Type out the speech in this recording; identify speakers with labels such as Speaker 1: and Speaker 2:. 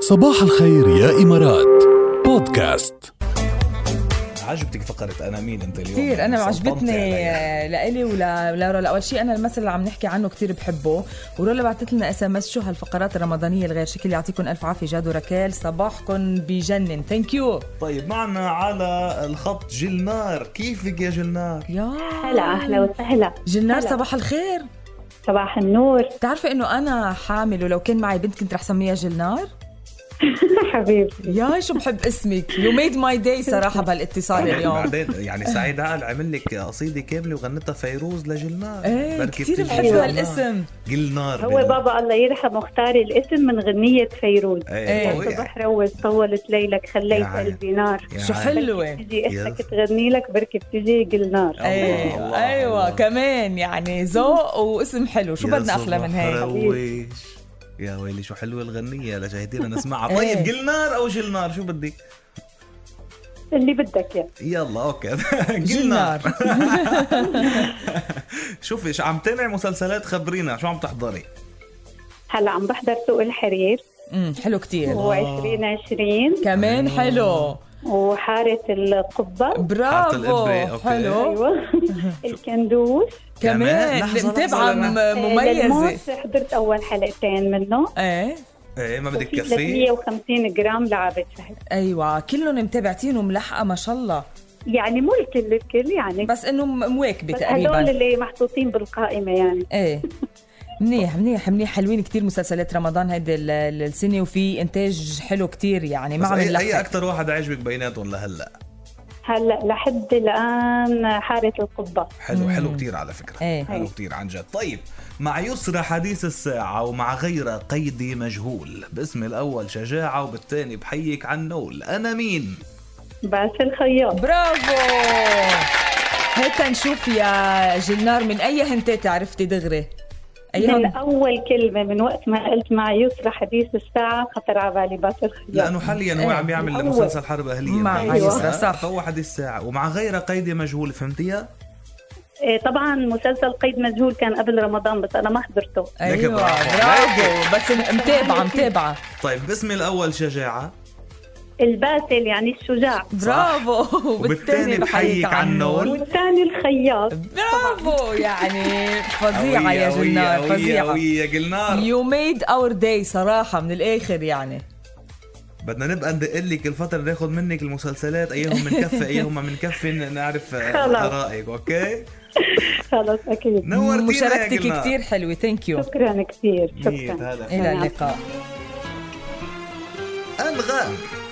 Speaker 1: صباح الخير يا إمارات بودكاست
Speaker 2: عجبتك فقرة أنا مين أنت اليوم
Speaker 3: كثير انا
Speaker 2: يعني سلطنتي
Speaker 3: عجبتني آه،
Speaker 2: علي.
Speaker 3: لإلي ولا لرولا اول شيء انا المثل اللي عم نحكي عنه كثير بحبه ورولا بعثت لنا اس ام اس شو هالفقرات الرمضانيه الغير شكل يعطيكم الف عافيه جاد وركال صباحكم بجنن ثانك يو
Speaker 2: طيب معنا على الخط جلنار كيفك يا جلنار
Speaker 3: يا
Speaker 4: هلا اهلا وسهلا
Speaker 3: جلنار
Speaker 4: هلا.
Speaker 3: صباح الخير
Speaker 4: صباح النور
Speaker 3: بتعرفي انه انا حامل ولو كان معي بنت كنت رح سميها جلنار
Speaker 4: حبيبتي
Speaker 3: يا شو بحب اسمك يو ميد ماي داي صراحه بهالاتصال طيب، اليوم
Speaker 2: بعدين يعني سعيد عقل عمل لك قصيدة كاملة وغنتها فيروز لجلنار
Speaker 3: ايه
Speaker 2: بركي
Speaker 3: كثير
Speaker 2: بتجي
Speaker 3: بحب
Speaker 2: جلنار.
Speaker 3: هالاسم
Speaker 2: جلنار
Speaker 4: هو
Speaker 2: بال-
Speaker 4: بابا الله يرحمه اختار الاسم من غنية فيروز
Speaker 2: ايه
Speaker 3: إيه.
Speaker 2: هو يعني-
Speaker 4: صبح روز طولت ليلك خليت
Speaker 2: يعني.
Speaker 4: قلبي نار
Speaker 2: يعني-
Speaker 3: شو حلوة
Speaker 4: تجي
Speaker 2: يس.
Speaker 4: اختك تغني لك بركي بتجي قل نار
Speaker 2: الله،
Speaker 3: ايوه
Speaker 2: الله،
Speaker 3: ايوه
Speaker 2: الله.
Speaker 3: كمان يعني ذوق واسم حلو شو
Speaker 2: يا
Speaker 3: بدنا احلى من
Speaker 2: صباح
Speaker 3: هيك
Speaker 2: رويش يا ويلي شو حلوة الغنية لشاهدينا نسمعها
Speaker 3: إيه.
Speaker 2: طيب جلنار أو جلنار شو بدك
Speaker 4: اللي بدك يا
Speaker 2: يلا اوكي
Speaker 3: جلنار.
Speaker 2: جلنار شوفي شو عم تابع مسلسلات خبرينا شو عم تحضري
Speaker 4: هلا عم بحضر سوق الحرير
Speaker 3: امم حلو كتير
Speaker 4: و2020
Speaker 3: كمان حلو
Speaker 4: وحارة القبة
Speaker 2: حارة الإبرة،
Speaker 3: برافو
Speaker 2: أوكي.
Speaker 3: حلو
Speaker 4: ايوه الكندوس
Speaker 2: كمان؟
Speaker 3: كمان
Speaker 2: لحظة،
Speaker 3: متابعة
Speaker 2: لحظة،
Speaker 3: م-
Speaker 2: لحظة.
Speaker 3: أه، مميزة
Speaker 4: إيه، للموت حضرت اول حلقتين منه
Speaker 3: ايه
Speaker 2: ايه ما بدك
Speaker 4: وفي
Speaker 2: كفيه
Speaker 4: 350 جرام لعبة شهد
Speaker 3: ايوه كلهم متابعتين وملحقه ما شاء الله
Speaker 4: يعني مو الكل الكل يعني
Speaker 3: بس انه م- مواكبه
Speaker 4: بس هدول
Speaker 3: تقريبا
Speaker 4: اللي محطوطين بالقائمه يعني
Speaker 3: ايه منيح منيح منيح حلوين كتير مسلسلات رمضان هيدي ال- ال- السنه وفي انتاج حلو كتير يعني ما
Speaker 2: بس
Speaker 3: عم
Speaker 2: اي, أي
Speaker 3: نلحق
Speaker 2: اكثر واحد عجبك بيناتهم لهلا
Speaker 4: هلا لحد الان حاره القبه
Speaker 2: حلو
Speaker 3: مم.
Speaker 2: حلو كثير على فكره
Speaker 3: إيه.
Speaker 2: حلو كثير عن جد طيب مع يسرى حديث الساعة ومع غير قيدي مجهول باسم الأول شجاعة وبالثاني بحيك عن نول أنا مين؟
Speaker 4: بس الخياط
Speaker 3: برافو هيك نشوف يا جلنار من اي هنتات عرفتي دغري
Speaker 4: من
Speaker 3: ايهم
Speaker 4: اول كلمه من وقت ما قلت مع يسرى حديث الساعه خطر على بالي بس الخياط
Speaker 2: لأنه حاليا هو
Speaker 3: إيه.
Speaker 2: عم يعمل
Speaker 4: الأول.
Speaker 2: مسلسل حرب أهلية
Speaker 3: مع
Speaker 4: أيوة.
Speaker 2: يسرى،
Speaker 3: صح.
Speaker 2: فهو حديث الساعة ومع غير قيدي مجهول فهمتيها؟
Speaker 4: إيه طبعا مسلسل قيد مجهول كان قبل رمضان بس انا ما حضرته
Speaker 2: لك
Speaker 3: ايوه
Speaker 2: برافو.
Speaker 3: برافو بس متابعه متابعه
Speaker 2: طيب باسم الأول شجاعة
Speaker 4: الباسل يعني الشجاع
Speaker 3: برافو
Speaker 2: وبالتاني بحيك عن نول.
Speaker 4: والثاني الخياط
Speaker 3: برافو يعني فظيعه
Speaker 2: قوية،
Speaker 3: يا
Speaker 2: قوية،
Speaker 3: جنار
Speaker 2: قوية،
Speaker 3: فظيعه
Speaker 2: قوية جلنار
Speaker 3: يو ميد اور داي صراحه من الاخر يعني
Speaker 2: بدنا نبقى ندق لك الفترة ناخذ منك المسلسلات ايهم منكفي ايهم ما منكفي نعرف آه،
Speaker 4: خلص.
Speaker 2: آرائك اوكي؟
Speaker 4: خلاص اكيد
Speaker 2: نورتينا يا
Speaker 3: مشاركتك
Speaker 2: جلنار.
Speaker 3: كثير حلوه ثانك يو
Speaker 4: شكرا كثير
Speaker 2: ميت
Speaker 4: شكرا
Speaker 2: هلا.
Speaker 3: الى اللقاء
Speaker 2: انغام